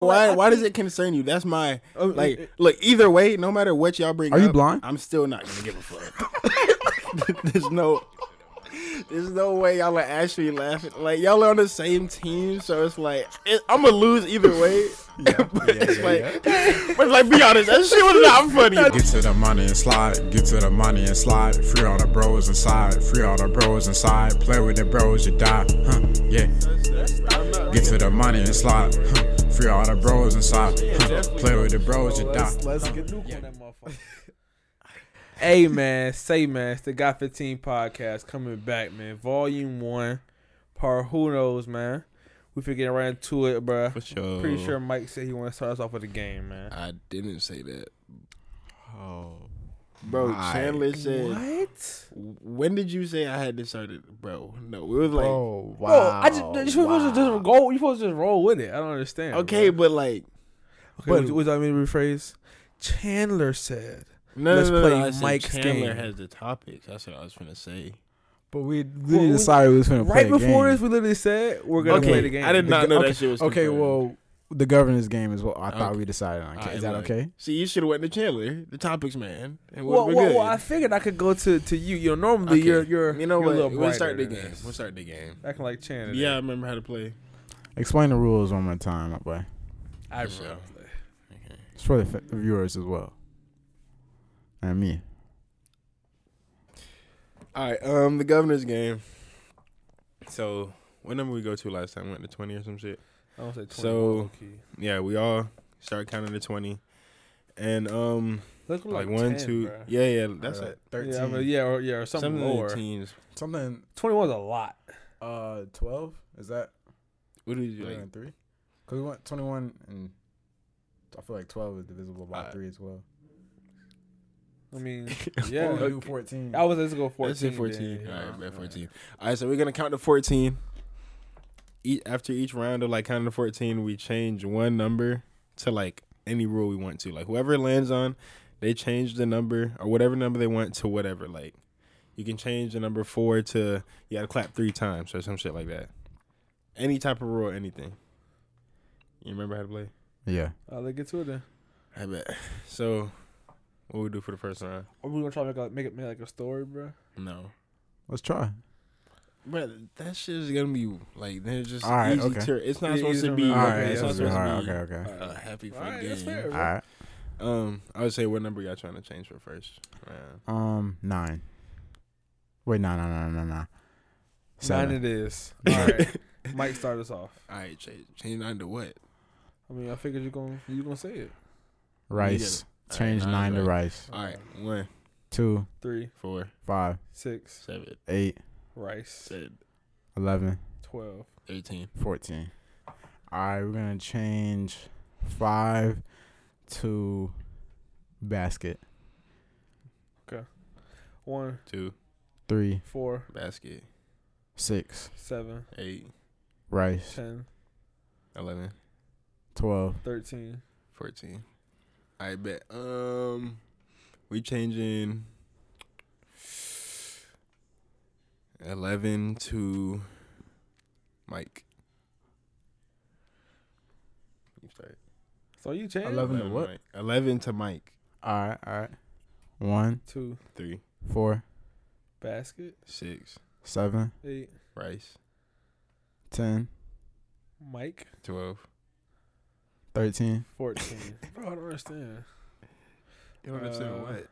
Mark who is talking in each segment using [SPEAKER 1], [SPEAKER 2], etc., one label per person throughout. [SPEAKER 1] Why?
[SPEAKER 2] I
[SPEAKER 1] Why does
[SPEAKER 2] think-
[SPEAKER 1] it concern you? That's my
[SPEAKER 2] Oh, it-
[SPEAKER 1] like. Look, either way, no matter what y'all bring.
[SPEAKER 3] Are you
[SPEAKER 1] up,
[SPEAKER 3] blind?
[SPEAKER 1] I'm still not gonna give a fuck. there's no, there's no way y'all are actually laughing. Like y'all are on the same team, so it's like it, I'm gonna lose either way. but it's like, but it's like, be honest, that shit was not funny.
[SPEAKER 4] Get to the money and slide, get to the money and slide. Free all the bros inside, free all the bros inside. Play with the bros, you die, huh? Yeah. Get to the money and slide, huh? Free all the bros inside, huh? Play with the bros, you die.
[SPEAKER 2] Let's, let's get nuke on that motherfucker.
[SPEAKER 5] Hey man, say man, it's the Got 15 podcast coming back, man. Volume one, par who knows, man. We finna get right into it, bruh.
[SPEAKER 3] For sure.
[SPEAKER 5] Pretty sure Mike said he want to start us off with a game, man.
[SPEAKER 1] I didn't say that,
[SPEAKER 3] Oh.
[SPEAKER 1] bro.
[SPEAKER 3] My.
[SPEAKER 1] Chandler said,
[SPEAKER 5] What?
[SPEAKER 1] "When did you say I had this started, bro?" No, it was like,
[SPEAKER 3] Oh, wow.
[SPEAKER 5] Bro, I just you supposed to just go. You supposed to just roll with it. I don't understand.
[SPEAKER 1] okay,
[SPEAKER 5] bruh.
[SPEAKER 1] but like,
[SPEAKER 5] okay.
[SPEAKER 1] but-
[SPEAKER 5] what, what do I mean to rephrase? Chandler said,
[SPEAKER 1] no,
[SPEAKER 5] Let's
[SPEAKER 1] no, no, no,
[SPEAKER 5] play
[SPEAKER 1] I said
[SPEAKER 5] Mike's
[SPEAKER 1] Chandler
[SPEAKER 5] game.
[SPEAKER 1] has the topics. That's what I was gonna say.
[SPEAKER 3] But we
[SPEAKER 5] Well,
[SPEAKER 3] literally
[SPEAKER 5] we-
[SPEAKER 3] decided we was going to play
[SPEAKER 5] right
[SPEAKER 3] a
[SPEAKER 5] before
[SPEAKER 3] game.
[SPEAKER 5] this, we literally said we're gonna
[SPEAKER 1] Okay,
[SPEAKER 5] play the game.
[SPEAKER 1] I did not know
[SPEAKER 3] okay,
[SPEAKER 1] that shit was.
[SPEAKER 3] Okay,
[SPEAKER 1] confirmed.
[SPEAKER 3] well, the governance game is what I thought
[SPEAKER 1] Okay.
[SPEAKER 3] we decided on.
[SPEAKER 1] Alright,
[SPEAKER 3] is that
[SPEAKER 1] look.
[SPEAKER 3] okay?
[SPEAKER 1] See, you should have went to Chandler, the topics man, and we're,
[SPEAKER 5] Well,
[SPEAKER 1] we're
[SPEAKER 5] well,
[SPEAKER 1] good.
[SPEAKER 5] well, I figured I could go to, to you. You know, normally
[SPEAKER 1] Okay.
[SPEAKER 5] you're you're
[SPEAKER 1] you know
[SPEAKER 5] you're a
[SPEAKER 1] what?
[SPEAKER 5] little
[SPEAKER 1] We'll start the
[SPEAKER 5] brighter
[SPEAKER 1] game.
[SPEAKER 5] than this.
[SPEAKER 1] We'll start the game.
[SPEAKER 5] Acting like Chandler.
[SPEAKER 1] Yeah, I remember how to play.
[SPEAKER 3] Explain the rules one more time, my boy.
[SPEAKER 5] I
[SPEAKER 1] For
[SPEAKER 5] remember.
[SPEAKER 3] It's for the f- the viewers as well. And me.
[SPEAKER 1] All right, um, the governor's game. So, what number we go to last time? Went to twenty or some shit.
[SPEAKER 5] I don't say 20
[SPEAKER 1] So-
[SPEAKER 5] low key.
[SPEAKER 1] Yeah, we all start counting to twenty, and um,
[SPEAKER 5] Let's go
[SPEAKER 1] like, one,
[SPEAKER 5] 10,
[SPEAKER 1] two,
[SPEAKER 5] bruh.
[SPEAKER 1] yeah, yeah, that's it.
[SPEAKER 5] Yeah, I mean, yeah, or, yeah, or something
[SPEAKER 1] Some
[SPEAKER 5] lower.
[SPEAKER 1] of the teams.
[SPEAKER 3] Something,
[SPEAKER 5] Twenty one's a lot.
[SPEAKER 3] uh, 12? Is that
[SPEAKER 1] What do you like?
[SPEAKER 3] three? Because we went 21 and I feel like 12 is divisible
[SPEAKER 1] by Uh,
[SPEAKER 3] three as well.
[SPEAKER 5] I mean, yeah.
[SPEAKER 1] Okay.
[SPEAKER 3] do 14.
[SPEAKER 5] I was let's go fourteen.
[SPEAKER 1] Let's say 14.
[SPEAKER 5] then,
[SPEAKER 1] All
[SPEAKER 5] yeah.
[SPEAKER 1] right, bet 14. All right, so we're going to count to 14. Each, after each round of like counting to 14, we change one number to like any rule we want to. Like whoever it lands on, they change the number or whatever number they want to whatever. Like you can change the number four to you got to clap three times or some shit like that. Any type of rule, anything. You remember how to play?
[SPEAKER 3] Yeah.
[SPEAKER 5] Uh, let's get to it then.
[SPEAKER 1] I bet. So, what we do for the first round?
[SPEAKER 5] Are we gonna try to make like, make it make like a story, bro?
[SPEAKER 1] No.
[SPEAKER 3] Let's try.
[SPEAKER 1] But that shit is gonna be like they're just
[SPEAKER 3] All right,
[SPEAKER 1] easy
[SPEAKER 3] okay.
[SPEAKER 1] to. It's not
[SPEAKER 5] Yeah,
[SPEAKER 1] supposed
[SPEAKER 5] easy
[SPEAKER 1] to
[SPEAKER 5] to
[SPEAKER 1] be.
[SPEAKER 5] remember.
[SPEAKER 3] All right.
[SPEAKER 1] it's not
[SPEAKER 3] that's
[SPEAKER 5] that's
[SPEAKER 3] good.
[SPEAKER 1] supposed
[SPEAKER 3] All right.
[SPEAKER 1] to be
[SPEAKER 3] Okay, okay.
[SPEAKER 1] a happy
[SPEAKER 5] All
[SPEAKER 1] fun
[SPEAKER 5] right,
[SPEAKER 1] game.
[SPEAKER 5] that's fair.
[SPEAKER 3] All right.
[SPEAKER 1] Um, I would say what number y'all trying to change for first? round?
[SPEAKER 3] Um, nine. Wait, no, no, no, no, no.
[SPEAKER 5] Nine
[SPEAKER 3] Seven.
[SPEAKER 5] it is. All right, Mike, start us off.
[SPEAKER 1] All right, change change nine to what?
[SPEAKER 5] I mean, I figured you gonna you gonna say it.
[SPEAKER 3] rice.
[SPEAKER 1] All right,
[SPEAKER 3] Change
[SPEAKER 1] nine
[SPEAKER 3] nine to
[SPEAKER 1] rice.
[SPEAKER 3] rice.
[SPEAKER 1] All right, one,
[SPEAKER 3] Two,
[SPEAKER 5] Three,
[SPEAKER 1] four,
[SPEAKER 3] five,
[SPEAKER 5] six,
[SPEAKER 1] seven,
[SPEAKER 3] eight,
[SPEAKER 5] rice,
[SPEAKER 1] seven,
[SPEAKER 3] eleven,
[SPEAKER 5] twelve.
[SPEAKER 1] eighteen.
[SPEAKER 3] fourteen. All right, we're gonna change five to basket.
[SPEAKER 5] One,
[SPEAKER 1] Two
[SPEAKER 3] Three,
[SPEAKER 5] four,
[SPEAKER 1] basket,
[SPEAKER 3] six,
[SPEAKER 5] seven,
[SPEAKER 1] eight,
[SPEAKER 3] rice.
[SPEAKER 5] ten,
[SPEAKER 1] eleven,
[SPEAKER 3] Twelve.
[SPEAKER 5] thirteen.
[SPEAKER 1] fourteen. I bet. Um, we changing eleven to Mike. You start.
[SPEAKER 5] So you change
[SPEAKER 3] 11 to what?
[SPEAKER 1] Mike. Eleven to Mike.
[SPEAKER 3] All right, all right. One,
[SPEAKER 5] two
[SPEAKER 1] Three,
[SPEAKER 3] four,
[SPEAKER 5] basket
[SPEAKER 1] six,
[SPEAKER 3] seven,
[SPEAKER 5] eight.
[SPEAKER 1] Rice,
[SPEAKER 3] ten,
[SPEAKER 5] Mike
[SPEAKER 1] twelve.
[SPEAKER 3] thirteen.
[SPEAKER 5] fourteen. Bro, I don't understand.
[SPEAKER 1] You
[SPEAKER 5] don't understand Uh, what?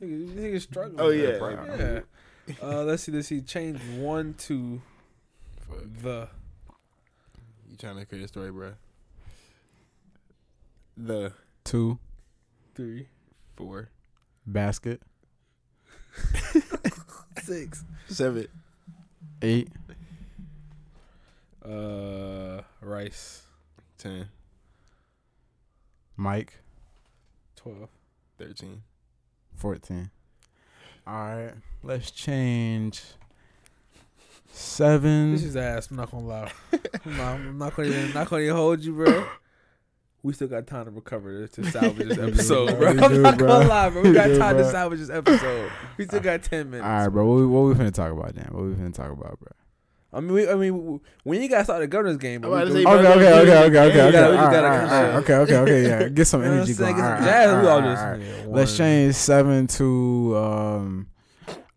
[SPEAKER 5] This nigga, this nigga struggling.
[SPEAKER 1] Oh,
[SPEAKER 5] with
[SPEAKER 1] yeah.
[SPEAKER 5] that, bro. yeah. Uh, let's see. Let's see. Change one to the.
[SPEAKER 1] You trying to create a story, bro? The
[SPEAKER 3] Two,
[SPEAKER 5] Three,
[SPEAKER 1] four,
[SPEAKER 3] basket.
[SPEAKER 5] six.
[SPEAKER 1] seven,
[SPEAKER 3] Eight,
[SPEAKER 5] Uh, rice
[SPEAKER 1] ten,
[SPEAKER 3] Mike.
[SPEAKER 5] twelve.
[SPEAKER 1] thirteen.
[SPEAKER 3] 14. All right, let's change seven.
[SPEAKER 5] This is ass. I'm not gonna lie. I'm not, I'm not gonna even, not gonna even hold you, bro. We still got time to recover this to salvage this
[SPEAKER 3] We do,
[SPEAKER 5] episode, bro.
[SPEAKER 3] bro. We
[SPEAKER 5] I'm
[SPEAKER 3] do,
[SPEAKER 5] not
[SPEAKER 3] bro.
[SPEAKER 5] gonna lie, bro. We
[SPEAKER 3] We
[SPEAKER 5] got
[SPEAKER 3] do,
[SPEAKER 5] time to
[SPEAKER 3] bro.
[SPEAKER 5] salvage this episode. We still got ten
[SPEAKER 3] All
[SPEAKER 5] minutes.
[SPEAKER 3] right, bro. What we, what we finna talk about, Dan? What we finna talk about, bro?
[SPEAKER 5] I mean, we, I mean, w- when you guys start the governor's game,
[SPEAKER 1] I'm
[SPEAKER 5] bro,
[SPEAKER 1] about
[SPEAKER 5] we
[SPEAKER 1] to
[SPEAKER 5] do
[SPEAKER 1] say,
[SPEAKER 5] it.
[SPEAKER 1] bro,
[SPEAKER 3] Okay,
[SPEAKER 1] we
[SPEAKER 3] okay,
[SPEAKER 1] gotta do it.
[SPEAKER 3] okay, okay, okay.
[SPEAKER 5] We gotta- we
[SPEAKER 3] All right,
[SPEAKER 5] gotta
[SPEAKER 3] all
[SPEAKER 5] get
[SPEAKER 3] right, Okay,
[SPEAKER 5] some-
[SPEAKER 3] okay, okay. Yeah, get some
[SPEAKER 5] You know what I'm
[SPEAKER 3] Oh, energy
[SPEAKER 5] saying?
[SPEAKER 3] going.
[SPEAKER 5] Get
[SPEAKER 3] All right,
[SPEAKER 5] some jazz.
[SPEAKER 3] all
[SPEAKER 5] We
[SPEAKER 3] right,
[SPEAKER 5] all
[SPEAKER 3] all
[SPEAKER 5] just-
[SPEAKER 3] right.
[SPEAKER 5] yeah,
[SPEAKER 3] Let's
[SPEAKER 5] one.
[SPEAKER 3] change seven to um,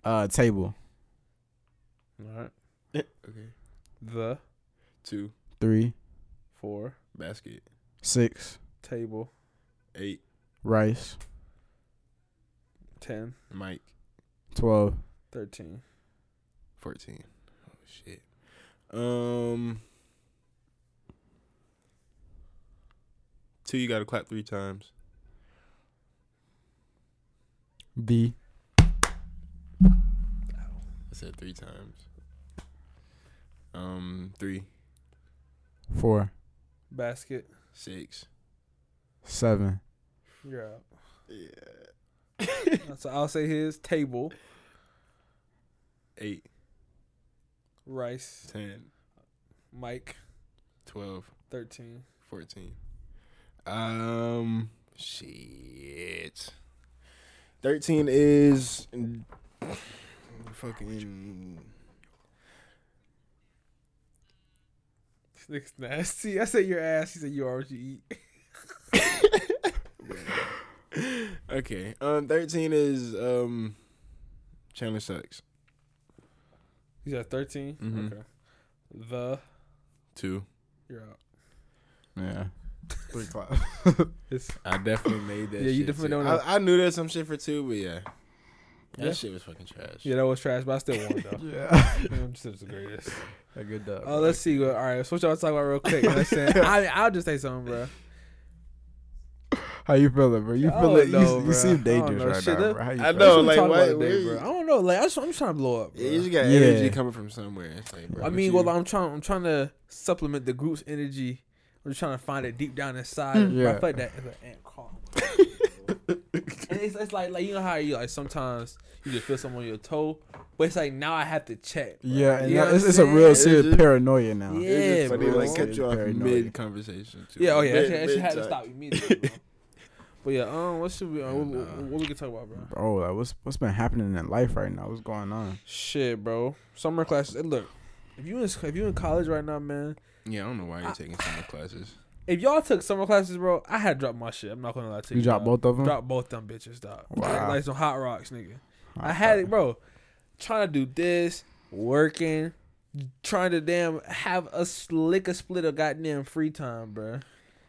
[SPEAKER 3] uh, table
[SPEAKER 5] All right.
[SPEAKER 1] Okay.
[SPEAKER 5] The
[SPEAKER 1] Two
[SPEAKER 3] three,
[SPEAKER 5] four
[SPEAKER 1] basket
[SPEAKER 3] six,
[SPEAKER 5] table
[SPEAKER 1] eight
[SPEAKER 3] rice,
[SPEAKER 5] ten
[SPEAKER 1] Mike
[SPEAKER 3] twelve.
[SPEAKER 5] thirteen.
[SPEAKER 1] fourteen. Oh shit. Um. Two, you gotta clap three times.
[SPEAKER 3] B.
[SPEAKER 1] I said three times. Um, three,
[SPEAKER 3] Four,
[SPEAKER 5] basket.
[SPEAKER 1] six.
[SPEAKER 3] seven,
[SPEAKER 5] Yeah.
[SPEAKER 1] Yeah.
[SPEAKER 5] So I'll say his table
[SPEAKER 1] Eight,
[SPEAKER 5] rice
[SPEAKER 1] ten,
[SPEAKER 5] Mike
[SPEAKER 1] twelve,
[SPEAKER 5] thirteen.
[SPEAKER 1] fourteen. Um, shit. Thirteen is fucking.
[SPEAKER 5] This nigga's nasty. I said your ass. He said you are what you eat.
[SPEAKER 1] Okay. Um, thirteen is um, Chandler sucks.
[SPEAKER 5] He's at 13
[SPEAKER 3] Mm-hmm.
[SPEAKER 1] Mhm.
[SPEAKER 5] Okay. The
[SPEAKER 1] Two.
[SPEAKER 5] you're out.
[SPEAKER 3] yeah,
[SPEAKER 1] Three clap.
[SPEAKER 5] It's
[SPEAKER 1] I definitely made that.
[SPEAKER 5] Yeah, you
[SPEAKER 1] shit,
[SPEAKER 5] definitely
[SPEAKER 1] too.
[SPEAKER 5] don't know.
[SPEAKER 1] I, I knew there's some shit for two, but yeah, that
[SPEAKER 5] Yeah.
[SPEAKER 1] shit was fucking trash.
[SPEAKER 5] yeah, that was trash, but I still won though.
[SPEAKER 3] yeah.
[SPEAKER 5] I'm just the greatest.
[SPEAKER 3] A good dub.
[SPEAKER 5] Oh, let's see. All right, so what y'all talk about real quick? You know what I'm saying? I, I'll just say something, bro.
[SPEAKER 3] How you feeling, bro? You
[SPEAKER 5] I
[SPEAKER 3] feel
[SPEAKER 5] don't
[SPEAKER 3] it? You,
[SPEAKER 5] know,
[SPEAKER 3] you
[SPEAKER 5] bruh. I
[SPEAKER 3] seem
[SPEAKER 5] don't
[SPEAKER 3] dangerous
[SPEAKER 5] know.
[SPEAKER 3] right
[SPEAKER 5] Shit,
[SPEAKER 3] now,
[SPEAKER 5] that-
[SPEAKER 3] bro. How you
[SPEAKER 1] I
[SPEAKER 3] feeling?
[SPEAKER 1] know,
[SPEAKER 5] That's what we
[SPEAKER 1] like,
[SPEAKER 5] talking
[SPEAKER 1] why-
[SPEAKER 5] about today,
[SPEAKER 1] where-
[SPEAKER 5] bro. I don't know. Like I just, I'm trying to blow up. Bro.
[SPEAKER 1] Yeah, you just got
[SPEAKER 3] Yeah.
[SPEAKER 1] energy coming from somewhere. It's like, bro,
[SPEAKER 5] I
[SPEAKER 1] what
[SPEAKER 5] mean,
[SPEAKER 1] you-
[SPEAKER 5] well, I'm trying. I'm trying to supplement the group's energy. I'm just trying to find it deep down inside. Yeah. I
[SPEAKER 3] Yeah.
[SPEAKER 5] feel like that is an ant crawl. and it's, it's like, like you know how you like sometimes you just feel something on your toe, but it's like now I have to check. bro.
[SPEAKER 3] Yeah, and
[SPEAKER 5] You know
[SPEAKER 3] that-
[SPEAKER 5] what
[SPEAKER 3] it's,
[SPEAKER 5] I'm
[SPEAKER 3] it's a real
[SPEAKER 5] saying?
[SPEAKER 3] serious
[SPEAKER 1] It's just-
[SPEAKER 3] paranoia now.
[SPEAKER 5] Yeah,
[SPEAKER 1] It's just funny,
[SPEAKER 5] bro.
[SPEAKER 1] like cut you off
[SPEAKER 3] Paranoia.
[SPEAKER 1] mid conversation. Too.
[SPEAKER 5] Yeah, oh yeah, that
[SPEAKER 1] Mid-
[SPEAKER 5] shit- that shit had to
[SPEAKER 1] mid-talk.
[SPEAKER 5] stop immediately. Bro. but yeah, um, what should we, uh, what, what,
[SPEAKER 1] Nah.
[SPEAKER 5] what we can talk about, bro?
[SPEAKER 3] Bro, like, what's what's been happening in life right now? What's going on?
[SPEAKER 5] Shit, bro. Summer classes. eh, Look, if you in if you in college right now, man.
[SPEAKER 1] Yeah, I don't know why you're taking summer classes.
[SPEAKER 5] If y'all took summer classes, bro, I had to drop my shit. I'm not gonna lie to you.
[SPEAKER 3] You dropped
[SPEAKER 5] dog.
[SPEAKER 3] both of them.
[SPEAKER 5] Drop both them bitches, dog.
[SPEAKER 3] Wow.
[SPEAKER 5] Like some hot rocks, nigga. I had it, bro. Trying to do this, working, trying to damn have a slick a split of goddamn free time, bro.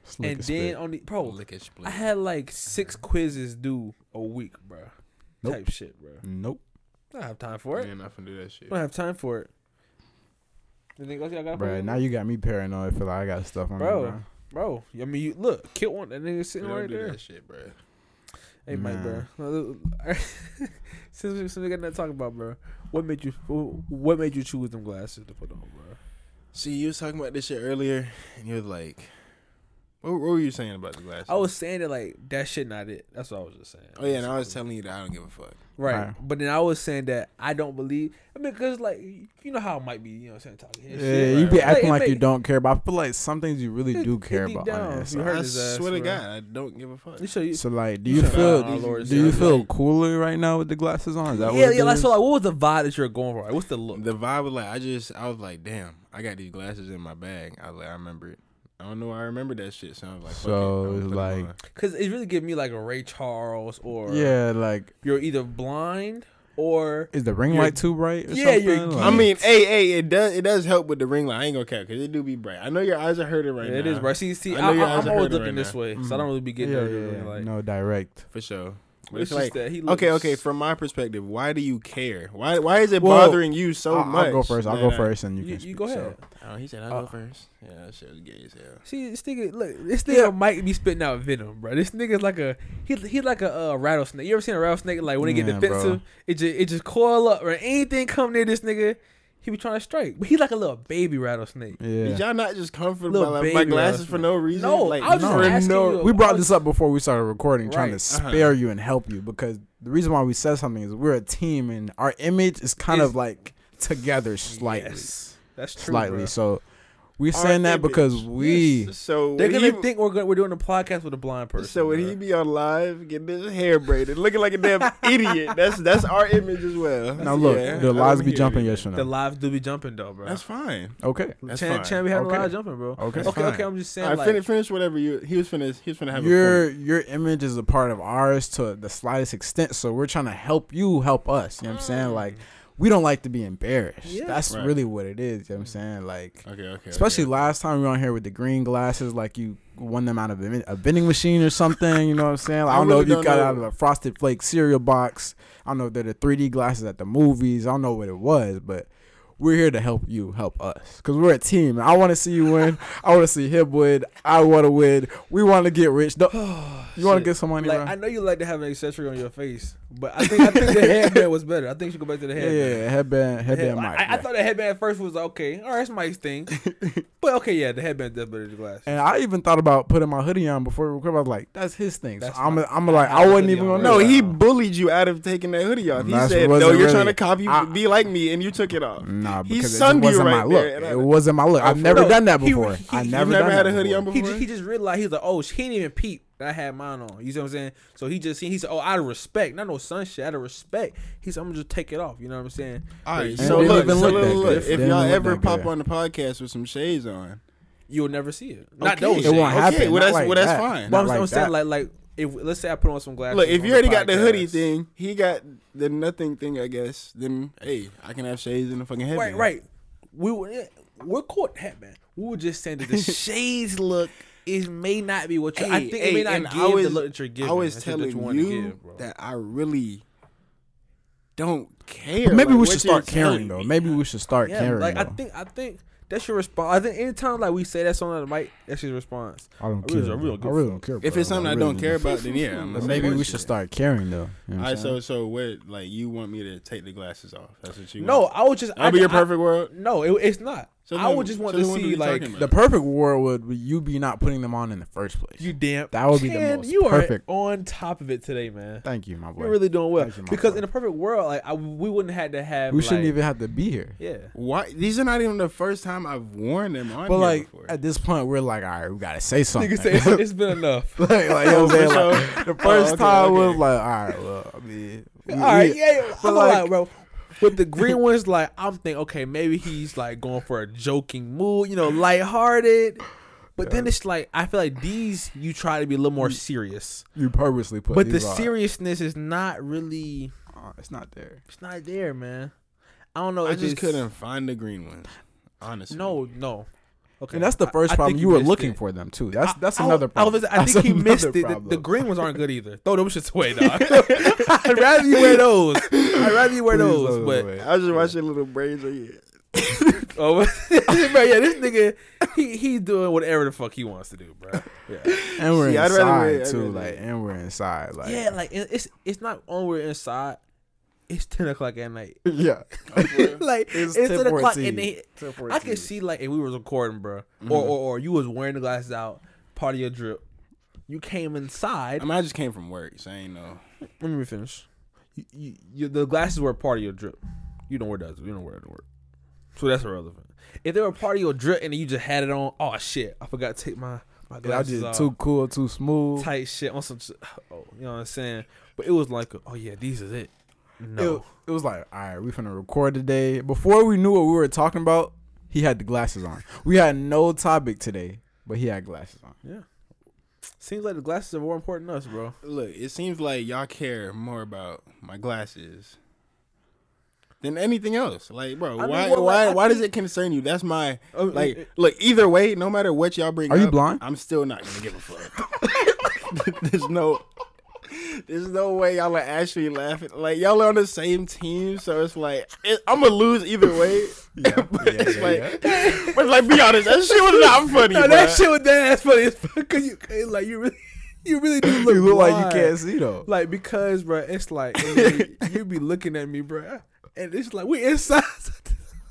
[SPEAKER 3] Slick
[SPEAKER 5] and
[SPEAKER 3] as
[SPEAKER 5] then
[SPEAKER 3] spit.
[SPEAKER 5] on the bro,
[SPEAKER 1] Lick it split.
[SPEAKER 5] I had like six quizzes due a week, bro.
[SPEAKER 3] Nope.
[SPEAKER 5] Type shit, bro.
[SPEAKER 3] nope,
[SPEAKER 5] I don't have time for
[SPEAKER 1] Yeah,
[SPEAKER 5] it.
[SPEAKER 1] I'm not finna do that shit.
[SPEAKER 5] I don't have time for it. Anything else y'all got for
[SPEAKER 3] bro.
[SPEAKER 5] me?
[SPEAKER 3] Now you got me paranoid. I feel like I got stuff on
[SPEAKER 5] Bro.
[SPEAKER 3] me, bro.
[SPEAKER 5] Bro, I mean, you look, kid, one that nigga
[SPEAKER 1] We
[SPEAKER 5] sitting
[SPEAKER 1] don't
[SPEAKER 5] right
[SPEAKER 1] do
[SPEAKER 5] there.
[SPEAKER 1] that shit, bro.
[SPEAKER 5] Hey, Mike, bro.
[SPEAKER 3] Nah.
[SPEAKER 5] since, we, since we got nothing to talk about, bro, what made you what made you choose them glasses to put on, bro?
[SPEAKER 1] See, you was talking about this shit earlier, and you was like, what, what were you saying about the glasses?
[SPEAKER 5] I was saying that like that shit not it. That's what I was just saying.
[SPEAKER 1] Oh yeah, and I was telling you that I don't give a fuck.
[SPEAKER 5] right.
[SPEAKER 3] Alright.
[SPEAKER 5] But then I was saying that I don't believe. I mean, cause like you know how it might be. You know, what I'm saying talking
[SPEAKER 3] Yeah,
[SPEAKER 5] his shit.
[SPEAKER 3] you
[SPEAKER 5] right?
[SPEAKER 3] be
[SPEAKER 5] Like,
[SPEAKER 3] acting
[SPEAKER 5] it
[SPEAKER 3] like you
[SPEAKER 5] make-
[SPEAKER 3] don't care, but I feel like some things you really
[SPEAKER 5] It-
[SPEAKER 3] do
[SPEAKER 5] it
[SPEAKER 3] care
[SPEAKER 5] deep
[SPEAKER 3] about.
[SPEAKER 5] down,
[SPEAKER 3] honest.
[SPEAKER 5] you
[SPEAKER 3] So,
[SPEAKER 5] hurt
[SPEAKER 1] I
[SPEAKER 5] his ass,
[SPEAKER 1] swear to
[SPEAKER 5] bro.
[SPEAKER 1] God, I don't give a fuck.
[SPEAKER 5] You sure you?
[SPEAKER 3] so, like, do
[SPEAKER 5] you
[SPEAKER 3] you
[SPEAKER 5] should-
[SPEAKER 3] feel
[SPEAKER 5] Nah, Lord,
[SPEAKER 3] do you
[SPEAKER 5] yeah.
[SPEAKER 3] feel cooler right now with the glasses on? Is that
[SPEAKER 5] yeah,
[SPEAKER 3] what it
[SPEAKER 5] yeah. Like,
[SPEAKER 3] is?
[SPEAKER 5] so, like, what was the vibe that you were going for? Like, what's the look?
[SPEAKER 1] The vibe was like I just I was like, damn, I got these glasses in my bag. I was like, I remember it. I don't know why I remember that shit. So I was like, fuck it, I'm
[SPEAKER 3] So,
[SPEAKER 1] gonna
[SPEAKER 3] it's
[SPEAKER 1] put 'em
[SPEAKER 3] like-
[SPEAKER 1] on.
[SPEAKER 5] Because it really gave me like a Ray Charles or
[SPEAKER 3] yeah, like
[SPEAKER 5] You're either blind or
[SPEAKER 3] is the ring
[SPEAKER 5] You're-
[SPEAKER 3] light too bright? Or
[SPEAKER 5] Yeah, you're
[SPEAKER 3] something?
[SPEAKER 5] geek.
[SPEAKER 3] Like,
[SPEAKER 1] I mean, hey, hey, it does it does help with the ring light. I ain't gonna care because it do be bright. I know your eyes are hurting right
[SPEAKER 5] Yeah,
[SPEAKER 1] now.
[SPEAKER 5] It is, bro. See, see,
[SPEAKER 1] I
[SPEAKER 5] I
[SPEAKER 1] know your
[SPEAKER 5] I,
[SPEAKER 1] eyes
[SPEAKER 5] am
[SPEAKER 1] are
[SPEAKER 5] always
[SPEAKER 1] hurting right
[SPEAKER 5] looking this
[SPEAKER 1] now. Mm-hmm.
[SPEAKER 5] way, so I don't really be
[SPEAKER 3] yeah,
[SPEAKER 5] getting
[SPEAKER 3] yeah,
[SPEAKER 5] nervous when,
[SPEAKER 3] yeah.
[SPEAKER 5] like.
[SPEAKER 3] no direct.
[SPEAKER 1] for sure. But
[SPEAKER 5] It's
[SPEAKER 1] it's
[SPEAKER 5] just
[SPEAKER 1] like
[SPEAKER 5] that he
[SPEAKER 1] okay,
[SPEAKER 5] looks-
[SPEAKER 1] okay. From my perspective, why do you care? Why why is it
[SPEAKER 3] Well,
[SPEAKER 1] bothering you so
[SPEAKER 3] I'll,
[SPEAKER 1] much?
[SPEAKER 3] I'll go first. I'll
[SPEAKER 1] that
[SPEAKER 3] go
[SPEAKER 1] I-
[SPEAKER 3] first, and you,
[SPEAKER 5] You,
[SPEAKER 3] can
[SPEAKER 5] you,
[SPEAKER 3] speak,
[SPEAKER 5] go
[SPEAKER 3] so.
[SPEAKER 5] ahead.
[SPEAKER 1] Oh, he said I'll
[SPEAKER 3] Uh,
[SPEAKER 1] go first. Yeah, that shit was gay as hell.
[SPEAKER 5] See, this nigga, look, this nigga might be spitting out venom, bro. This nigga's like a he he like a uh, rattlesnake. You ever seen a rattlesnake? Like when they
[SPEAKER 3] Yeah,
[SPEAKER 5] get
[SPEAKER 3] bro.
[SPEAKER 5] defensive, it just it just coil up or anything come near this nigga, he be trying to strike. But he like a little baby rattlesnecke.
[SPEAKER 3] Yeah.
[SPEAKER 1] Did y'all not just comfortable
[SPEAKER 5] Little
[SPEAKER 1] by, like, my
[SPEAKER 5] baby
[SPEAKER 1] glasses
[SPEAKER 5] ass
[SPEAKER 1] for no reason?
[SPEAKER 5] No,
[SPEAKER 1] like,
[SPEAKER 5] I was just
[SPEAKER 1] for
[SPEAKER 5] asking
[SPEAKER 1] no-
[SPEAKER 5] you.
[SPEAKER 3] we
[SPEAKER 5] I
[SPEAKER 3] brought
[SPEAKER 5] was-
[SPEAKER 3] this up before we started recording, trying to
[SPEAKER 5] Right,
[SPEAKER 1] uh-huh.
[SPEAKER 3] spare you and help you because the reason why we said something is we're a team and our image is kind
[SPEAKER 5] It's-
[SPEAKER 3] of like together slightly,
[SPEAKER 5] Yes. that's true.
[SPEAKER 3] slightly.
[SPEAKER 5] bro.
[SPEAKER 3] So We're
[SPEAKER 1] our
[SPEAKER 3] saying that
[SPEAKER 1] image.
[SPEAKER 3] because we.
[SPEAKER 1] So
[SPEAKER 5] They're
[SPEAKER 1] when
[SPEAKER 5] gonna
[SPEAKER 1] he-
[SPEAKER 5] think we're go- we're doing a podcast with a blind person.
[SPEAKER 1] So when
[SPEAKER 5] bro.
[SPEAKER 1] he be on live, getting his hair braided, looking like a damn idiot. That's that's our image as well.
[SPEAKER 3] Now look,
[SPEAKER 1] Yeah, I
[SPEAKER 3] the
[SPEAKER 1] don't
[SPEAKER 3] lies be
[SPEAKER 1] hear
[SPEAKER 3] jumping.
[SPEAKER 1] you.
[SPEAKER 3] Yes or
[SPEAKER 5] the
[SPEAKER 3] no?
[SPEAKER 5] lives do be jumping though, bro.
[SPEAKER 1] That's fine.
[SPEAKER 3] Okay.
[SPEAKER 1] That's
[SPEAKER 5] Chan,
[SPEAKER 1] fine.
[SPEAKER 5] Chan be having a lot
[SPEAKER 3] Okay.
[SPEAKER 5] of jumping, bro.
[SPEAKER 3] Okay.
[SPEAKER 5] okay,
[SPEAKER 1] fine.
[SPEAKER 5] okay. I'm just saying,
[SPEAKER 1] I
[SPEAKER 5] like,
[SPEAKER 1] finish, finish whatever you. He was finished. He was finna have a
[SPEAKER 3] Your your image is a part of ours to the slightest extent, so we're trying to help you help us. You know what I'm saying? Like, we don't like to be embarrassed.
[SPEAKER 5] Mm. Yeah. Mm.
[SPEAKER 3] That's
[SPEAKER 1] Right.
[SPEAKER 3] really what it is. You know what I'm saying? Like,
[SPEAKER 1] point. Okay, okay.
[SPEAKER 3] especially last time we were on here with the green glasses, like you won them out of a a vending machine or something. You know what I'm saying? Like, I,
[SPEAKER 1] I
[SPEAKER 3] don't know
[SPEAKER 1] really
[SPEAKER 3] if
[SPEAKER 1] don't
[SPEAKER 3] you got
[SPEAKER 1] know.
[SPEAKER 3] out of a Frosted Flake cereal box. I don't know if they're the 3D glasses at the movies. I don't know what it was, but we're here to help you help us because we're a team. I want to see you win. I want to see him win. I want to win. We want to get rich. No- you want to
[SPEAKER 5] Oh, shit.
[SPEAKER 3] get some money,
[SPEAKER 5] like
[SPEAKER 3] bro?
[SPEAKER 5] I know you like to have an accessory on your face, but I think I think the headband was better. I think you should go back to the
[SPEAKER 3] yeah,
[SPEAKER 5] headband.
[SPEAKER 3] yeah, yeah, headband,
[SPEAKER 5] The
[SPEAKER 3] headband,
[SPEAKER 5] head-
[SPEAKER 3] mic.
[SPEAKER 5] I, I
[SPEAKER 3] yeah.
[SPEAKER 5] thought the headband at first was okay. All right, that's Mike's thing, but okay, yeah, the headband does better than the glass.
[SPEAKER 3] And I even thought about putting my hoodie on before we recorded. I was like, that's his thing. So
[SPEAKER 5] That's
[SPEAKER 3] I'm,
[SPEAKER 5] my-
[SPEAKER 3] a, I'm a, like,
[SPEAKER 5] I have
[SPEAKER 3] I
[SPEAKER 5] a
[SPEAKER 3] wasn't
[SPEAKER 5] hoodie
[SPEAKER 3] even
[SPEAKER 5] on
[SPEAKER 3] gonna
[SPEAKER 5] right
[SPEAKER 1] No,
[SPEAKER 3] know.
[SPEAKER 1] he
[SPEAKER 5] Wow.
[SPEAKER 1] bullied you out of taking that hoodie off. He
[SPEAKER 3] That's-
[SPEAKER 1] said, "No,
[SPEAKER 3] wasn't
[SPEAKER 1] you're
[SPEAKER 3] really-
[SPEAKER 1] trying to copy,
[SPEAKER 3] I-
[SPEAKER 1] be like me, and you took it off."
[SPEAKER 3] Nah,
[SPEAKER 1] He
[SPEAKER 3] because it
[SPEAKER 1] sunned you
[SPEAKER 3] wasn't my
[SPEAKER 1] right there,
[SPEAKER 3] look.
[SPEAKER 1] and I-
[SPEAKER 3] It wasn't my look. I've
[SPEAKER 1] I
[SPEAKER 3] never
[SPEAKER 5] feel-
[SPEAKER 3] done that
[SPEAKER 5] he-
[SPEAKER 3] before.
[SPEAKER 5] he-
[SPEAKER 3] I
[SPEAKER 5] he
[SPEAKER 3] never,
[SPEAKER 1] never
[SPEAKER 3] done
[SPEAKER 1] had
[SPEAKER 3] that
[SPEAKER 1] a hoodie
[SPEAKER 3] before.
[SPEAKER 1] on
[SPEAKER 5] He
[SPEAKER 1] before.
[SPEAKER 5] just, he just realized he's like, oh, she didn't even peep that I had mine on. You see what I'm saying? So he just seen, he said, oh, out of respect, not no sun shit, out of respect, he's I'm gonna just take it off. You know what I'm saying?
[SPEAKER 1] All right,
[SPEAKER 3] And
[SPEAKER 1] so
[SPEAKER 3] it
[SPEAKER 1] look,
[SPEAKER 3] didn't
[SPEAKER 1] so
[SPEAKER 3] look
[SPEAKER 1] look,
[SPEAKER 3] that
[SPEAKER 1] look,
[SPEAKER 3] good. It
[SPEAKER 1] if
[SPEAKER 3] didn't
[SPEAKER 1] y'all
[SPEAKER 3] look
[SPEAKER 1] ever
[SPEAKER 3] that
[SPEAKER 1] pop
[SPEAKER 3] good.
[SPEAKER 1] on the podcast with some shades on,
[SPEAKER 5] You'll never see it. Not
[SPEAKER 1] okay,
[SPEAKER 5] those.
[SPEAKER 3] It
[SPEAKER 5] shades.
[SPEAKER 3] won't
[SPEAKER 1] okay,
[SPEAKER 3] happen.
[SPEAKER 1] Well,
[SPEAKER 3] Not
[SPEAKER 1] that's
[SPEAKER 3] like
[SPEAKER 1] well, that's
[SPEAKER 3] that.
[SPEAKER 1] fine.
[SPEAKER 5] But I'm,
[SPEAKER 3] Not
[SPEAKER 5] I'm
[SPEAKER 3] like
[SPEAKER 5] saying
[SPEAKER 3] that.
[SPEAKER 5] like like if let's say I put on some glasses.
[SPEAKER 1] Look, if
[SPEAKER 5] on
[SPEAKER 1] you already got the hoodie
[SPEAKER 5] podcast-
[SPEAKER 1] thing, he got the nothing thing, I guess. Then hey, I can have shades in the fucking head.
[SPEAKER 5] right, right. We were eh, we're caught headband. We were just saying that the shades look is may not be what you. I
[SPEAKER 1] Hey,
[SPEAKER 5] think
[SPEAKER 1] hey,
[SPEAKER 5] it may
[SPEAKER 1] and
[SPEAKER 5] not
[SPEAKER 1] I
[SPEAKER 5] give the
[SPEAKER 1] was-
[SPEAKER 5] look that you're giving.
[SPEAKER 1] I was
[SPEAKER 5] That's what
[SPEAKER 1] telling
[SPEAKER 5] wanted to
[SPEAKER 1] you
[SPEAKER 5] give, bro.
[SPEAKER 1] that I really don't care.
[SPEAKER 3] But maybe
[SPEAKER 1] like,
[SPEAKER 3] we
[SPEAKER 1] what
[SPEAKER 3] should
[SPEAKER 1] you're
[SPEAKER 3] start caring
[SPEAKER 1] telling
[SPEAKER 3] though.
[SPEAKER 1] me.
[SPEAKER 3] Maybe we should start
[SPEAKER 5] yeah,
[SPEAKER 3] caring.
[SPEAKER 5] like I
[SPEAKER 3] though.
[SPEAKER 5] think I think that's your response. I think anytime like we say that's on the mic, that's his response.
[SPEAKER 3] I don't
[SPEAKER 5] I really- I
[SPEAKER 3] bro.
[SPEAKER 5] really don't
[SPEAKER 3] I really don't care.
[SPEAKER 1] If
[SPEAKER 3] bro.
[SPEAKER 1] it's something I
[SPEAKER 3] really
[SPEAKER 1] don't care about, then yeah. I'm
[SPEAKER 3] But
[SPEAKER 1] not
[SPEAKER 3] maybe
[SPEAKER 1] saying
[SPEAKER 3] we
[SPEAKER 1] shit.
[SPEAKER 3] should start caring though. You know what I'm
[SPEAKER 1] All right,
[SPEAKER 3] saying?
[SPEAKER 1] so so what? Like you want me to take the glasses off? That's what you
[SPEAKER 5] No,
[SPEAKER 1] want?
[SPEAKER 5] I would just. I,
[SPEAKER 1] that'll be your
[SPEAKER 5] I-
[SPEAKER 1] perfect world.
[SPEAKER 5] no, it, it's not.
[SPEAKER 1] So
[SPEAKER 5] I
[SPEAKER 1] then-
[SPEAKER 5] would just want
[SPEAKER 1] so
[SPEAKER 5] to
[SPEAKER 1] then what are
[SPEAKER 5] see
[SPEAKER 1] we
[SPEAKER 5] like
[SPEAKER 1] talking about?
[SPEAKER 3] the perfect world would be you be not putting them on in the first place.
[SPEAKER 5] you damn.
[SPEAKER 3] That would be the
[SPEAKER 5] Chan,
[SPEAKER 3] most
[SPEAKER 5] You
[SPEAKER 3] perfect-
[SPEAKER 5] are on top of it today, man.
[SPEAKER 3] Thank you, my boy.
[SPEAKER 5] You're really doing well
[SPEAKER 3] Thank you, my
[SPEAKER 5] because
[SPEAKER 3] boy.
[SPEAKER 5] in a perfect world, like I, we wouldn't have to have.
[SPEAKER 3] we shouldn't
[SPEAKER 5] like-
[SPEAKER 3] even have to be here.
[SPEAKER 5] Yeah.
[SPEAKER 1] Why? These are not even the first time I've worn them on.
[SPEAKER 3] But
[SPEAKER 1] here
[SPEAKER 3] like
[SPEAKER 1] before.
[SPEAKER 3] at this point, we're like, all right, we gotta say something.
[SPEAKER 5] Nigga say it's, it's been enough.
[SPEAKER 3] like, like, you know what I'm saying? Like, the first
[SPEAKER 1] Oh, okay,
[SPEAKER 3] time was
[SPEAKER 1] okay.
[SPEAKER 3] like, all right, well, I mean, we-
[SPEAKER 5] All right,
[SPEAKER 3] we-
[SPEAKER 5] yeah, I'm
[SPEAKER 3] but
[SPEAKER 5] gonna
[SPEAKER 3] like-
[SPEAKER 5] lie, bro. With the green ones, like I'm thinking, okay, maybe he's like going for a joking mood, you know, lighthearted. But then it's like I feel like these you try to be a little more serious,
[SPEAKER 3] you purposely put.
[SPEAKER 5] but the
[SPEAKER 3] these on.
[SPEAKER 5] seriousness is not really,
[SPEAKER 3] Uh, it's not there.
[SPEAKER 5] it's not there, man. I don't know.
[SPEAKER 1] I
[SPEAKER 5] it
[SPEAKER 1] just couldn't find the green ones. Honestly,
[SPEAKER 5] No, no. Okay,
[SPEAKER 3] And that's the
[SPEAKER 5] I-
[SPEAKER 3] first
[SPEAKER 5] I
[SPEAKER 3] problem.
[SPEAKER 5] think
[SPEAKER 3] You were
[SPEAKER 5] missed
[SPEAKER 3] looking
[SPEAKER 5] it.
[SPEAKER 3] for them too. That's
[SPEAKER 5] I-
[SPEAKER 3] that's
[SPEAKER 5] I-
[SPEAKER 3] another
[SPEAKER 5] I, was-
[SPEAKER 3] problem.
[SPEAKER 5] I think
[SPEAKER 3] That's
[SPEAKER 5] he missed
[SPEAKER 3] another
[SPEAKER 5] it. The, the
[SPEAKER 3] problem.
[SPEAKER 5] green ones aren't good either. Throw them shits away, dog. I'd rather you wear those. I'd rather you
[SPEAKER 3] Please
[SPEAKER 5] wear those.
[SPEAKER 3] throw them
[SPEAKER 5] But
[SPEAKER 3] away.
[SPEAKER 1] I was just watching little braids on you.
[SPEAKER 5] Oh, bro, yeah, this nigga, he he doing whatever the fuck he wants to do, bro. Yeah,
[SPEAKER 3] and we're
[SPEAKER 1] See, I'd
[SPEAKER 3] inside
[SPEAKER 1] rather wear- I'd
[SPEAKER 3] too.
[SPEAKER 1] rather-
[SPEAKER 3] like, and we're inside. Like,
[SPEAKER 5] yeah, like it- it's it's not on we're inside. It's ten o'clock at night.
[SPEAKER 3] yeah.
[SPEAKER 5] like it's,
[SPEAKER 3] It's
[SPEAKER 5] ten o'clock, and they,
[SPEAKER 3] 10:14.
[SPEAKER 5] I could see like if we was recording, bro, or, or or you was wearing the glasses out, part of your drip. You came inside.
[SPEAKER 1] I mean, I just came from work, so I ain't know.
[SPEAKER 5] Let me finish. You, you, you, the glasses were a part of your drip. You don't wear those. You don't wear it to work. So that's irrelevant. If they were a part of your drip and you just had it on, oh shit, I forgot to take my my
[SPEAKER 3] I
[SPEAKER 5] glasses
[SPEAKER 3] did
[SPEAKER 5] off.
[SPEAKER 3] too cool, too smooth.
[SPEAKER 5] tight shit on some. Oh, you know what I'm saying? But it was like, oh yeah, these is it. No,
[SPEAKER 3] It, it was like, all right, we finna record today. Before we knew what we were talking about, he had the glasses on. We had no topic today, but he had glasses on.
[SPEAKER 5] seems like the glasses are more important than us, bro.
[SPEAKER 1] Look, it seems like y'all care more about my glasses than anything else. Like, bro,
[SPEAKER 5] mean,
[SPEAKER 1] why,
[SPEAKER 5] well,
[SPEAKER 1] why,
[SPEAKER 5] like, I
[SPEAKER 1] why does
[SPEAKER 5] think-
[SPEAKER 1] it concern you? That's my
[SPEAKER 5] Oh,
[SPEAKER 1] like.
[SPEAKER 5] it-
[SPEAKER 1] look, either way, no matter what y'all bring,
[SPEAKER 3] Are you
[SPEAKER 1] up,
[SPEAKER 3] blind?
[SPEAKER 1] I'm still not gonna give a fuck. there's no, there's no way y'all are actually laughing. Like y'all are on the same team, so it's like it, I'm gonna lose either way. but it's like, but like, be honest, that shit was not funny.
[SPEAKER 5] No, that
[SPEAKER 1] bruh.
[SPEAKER 5] shit with that ass funny as fuck. Cause you cause, like you really, you really do look,
[SPEAKER 3] You look like you
[SPEAKER 5] blind.
[SPEAKER 3] can't see though.
[SPEAKER 5] Like because, bro, it's like you, you be looking at me, bro, and it's like we inside.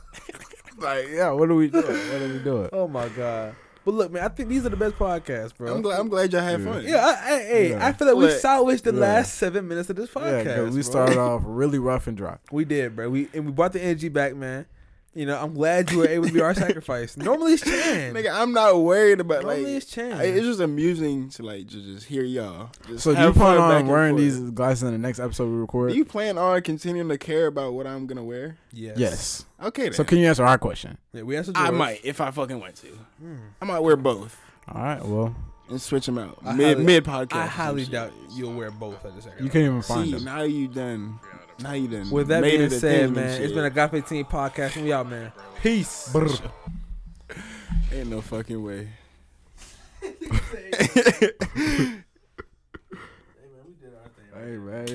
[SPEAKER 3] Like, yeah, what are we doing? What are we doing?
[SPEAKER 5] oh my god! But look, man, I think these are the best podcasts, bro.
[SPEAKER 1] I'm glad. I'm glad y'all had fun.
[SPEAKER 5] yeah, I, I, hey,
[SPEAKER 3] Yeah.
[SPEAKER 5] I feel like we
[SPEAKER 1] Look,
[SPEAKER 5] salvaged the
[SPEAKER 3] yeah.
[SPEAKER 5] last seven minutes of this
[SPEAKER 3] Yeah,
[SPEAKER 5] podcast.
[SPEAKER 3] because we
[SPEAKER 5] bro.
[SPEAKER 3] started off really rough and dry.
[SPEAKER 5] We did, bro. We and we brought the energy back, man. You know, I'm glad you were able to be our sacrifice. Normally it's Chan.
[SPEAKER 1] Nigga, I'm not worried about like.
[SPEAKER 5] Normally it's Chan.
[SPEAKER 1] I- it's just amusing to like just, just hear y'all. Just
[SPEAKER 3] So do you
[SPEAKER 1] have fun
[SPEAKER 3] plan
[SPEAKER 1] back
[SPEAKER 3] on
[SPEAKER 1] and
[SPEAKER 3] wearing
[SPEAKER 1] forth.
[SPEAKER 3] these glasses in the next episode we record?
[SPEAKER 1] Do you plan on continuing to care about what I'm gonna wear?
[SPEAKER 5] yes.
[SPEAKER 3] yes.
[SPEAKER 1] Okay, then.
[SPEAKER 3] So can you answer our question?
[SPEAKER 5] Yeah, we answered
[SPEAKER 1] I
[SPEAKER 5] yours.
[SPEAKER 1] might if I fucking want to. Hmm. I might wear both
[SPEAKER 3] All right. Well,
[SPEAKER 1] and switch them out
[SPEAKER 5] I
[SPEAKER 1] mid
[SPEAKER 5] highly-
[SPEAKER 1] mid podcast.
[SPEAKER 5] I highly doubt you'll wear both at the second.
[SPEAKER 3] you can't even find
[SPEAKER 1] See,
[SPEAKER 3] them.
[SPEAKER 1] now you done. Now you done.
[SPEAKER 5] With that
[SPEAKER 1] made
[SPEAKER 5] being
[SPEAKER 1] it a
[SPEAKER 5] said,
[SPEAKER 1] thing
[SPEAKER 5] man,
[SPEAKER 1] and
[SPEAKER 5] it's
[SPEAKER 1] shit.
[SPEAKER 5] been a God 15 podcast. and We out, man. Peace.
[SPEAKER 1] ain't no fucking way.
[SPEAKER 3] Hey man,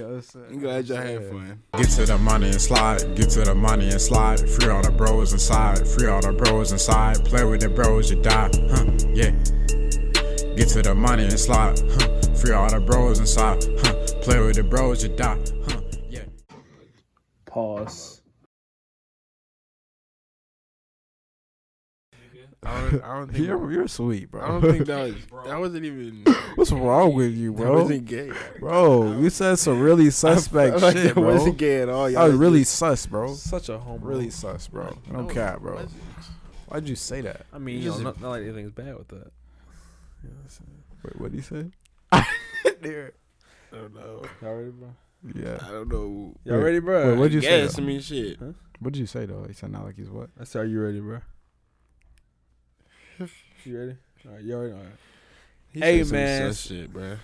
[SPEAKER 1] I'm glad y'all had fun.
[SPEAKER 4] Get to the money and slide, get to the money and slide. Free all the bros inside, free all the bros inside. Play with the bros, you die, huh? Yeah. Get to the money and slide, huh? Free all the bros inside, huh? Play with the bros, you die, huh? Yeah.
[SPEAKER 5] Pause.
[SPEAKER 1] I don't, I don't think.
[SPEAKER 3] You're, you're sweet, bro.
[SPEAKER 1] I don't think that was that wasn't even that
[SPEAKER 3] What's wrong with you, bro?
[SPEAKER 1] wasn't gay.
[SPEAKER 3] Bro, you said some really suspect
[SPEAKER 1] like
[SPEAKER 3] shit,
[SPEAKER 1] that wasn't
[SPEAKER 3] bro.
[SPEAKER 1] gay at all.
[SPEAKER 3] I
[SPEAKER 1] Y'all
[SPEAKER 3] was really sus, bro.
[SPEAKER 5] Such a home.
[SPEAKER 3] Really sus, bro. No
[SPEAKER 1] Oh,
[SPEAKER 3] cap, bro. Why'd you say that?
[SPEAKER 5] I mean, you know, not, not like anything's bad with that.
[SPEAKER 3] Wait, what did you say?
[SPEAKER 1] I don't know.
[SPEAKER 5] Y'all ready, bro?
[SPEAKER 3] Yeah.
[SPEAKER 5] Uh,
[SPEAKER 1] I don't know.
[SPEAKER 5] Y'all
[SPEAKER 3] Wait,
[SPEAKER 5] ready, bro?
[SPEAKER 3] wait, what'd you say?
[SPEAKER 1] Yes, I mean shit.
[SPEAKER 3] What'd you say though? He said not like he's what?
[SPEAKER 5] I said, are you ready, bro? You ready? All right, you already. All right.
[SPEAKER 1] He
[SPEAKER 5] Hey,
[SPEAKER 1] said some
[SPEAKER 5] man.
[SPEAKER 1] sus shit, bro.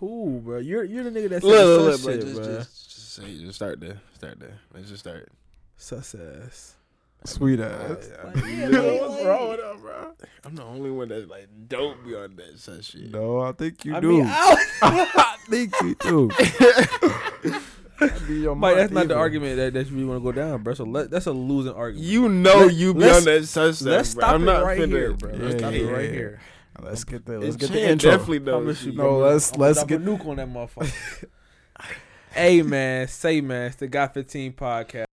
[SPEAKER 5] Who, bro? You're you're the nigga that said
[SPEAKER 1] Look, look,
[SPEAKER 5] sus
[SPEAKER 1] look,
[SPEAKER 5] shit,
[SPEAKER 1] bro. Just,
[SPEAKER 5] bro.
[SPEAKER 1] just, just say, just start there. Start there. Let's just start.
[SPEAKER 5] Sus ass.
[SPEAKER 3] Sweet ass.
[SPEAKER 1] You know what's wrong with him, bro? I'm the only one that's like, don't be on that sus shit.
[SPEAKER 3] No, I think you
[SPEAKER 5] I
[SPEAKER 3] do.
[SPEAKER 5] mean, I-
[SPEAKER 3] I think you do. That'd be your
[SPEAKER 5] Mike, that's
[SPEAKER 3] mind
[SPEAKER 5] not the
[SPEAKER 3] evil.
[SPEAKER 5] argument that, that you really want to go down, bro. So let, that's a losing argument.
[SPEAKER 1] You know
[SPEAKER 5] Let-
[SPEAKER 1] you be
[SPEAKER 5] let's-
[SPEAKER 1] on that sus stuff.
[SPEAKER 5] let's
[SPEAKER 1] bro.
[SPEAKER 5] stop
[SPEAKER 1] I'm
[SPEAKER 5] it
[SPEAKER 1] not
[SPEAKER 5] right
[SPEAKER 1] finna-
[SPEAKER 5] here, bro.
[SPEAKER 1] Let's
[SPEAKER 3] Yeah,
[SPEAKER 1] stop
[SPEAKER 3] yeah,
[SPEAKER 1] it right
[SPEAKER 3] yeah.
[SPEAKER 1] here.
[SPEAKER 3] Let's get the
[SPEAKER 1] Let's
[SPEAKER 3] let's get the
[SPEAKER 1] Chan
[SPEAKER 3] intro.
[SPEAKER 1] definitely knows.
[SPEAKER 5] Promise you,
[SPEAKER 1] you.
[SPEAKER 3] No, let's-
[SPEAKER 5] I'ma
[SPEAKER 3] let's
[SPEAKER 5] drop
[SPEAKER 3] get-
[SPEAKER 5] a nuke on that motherfucker. hey man, say man, it's the Got 15 podcast.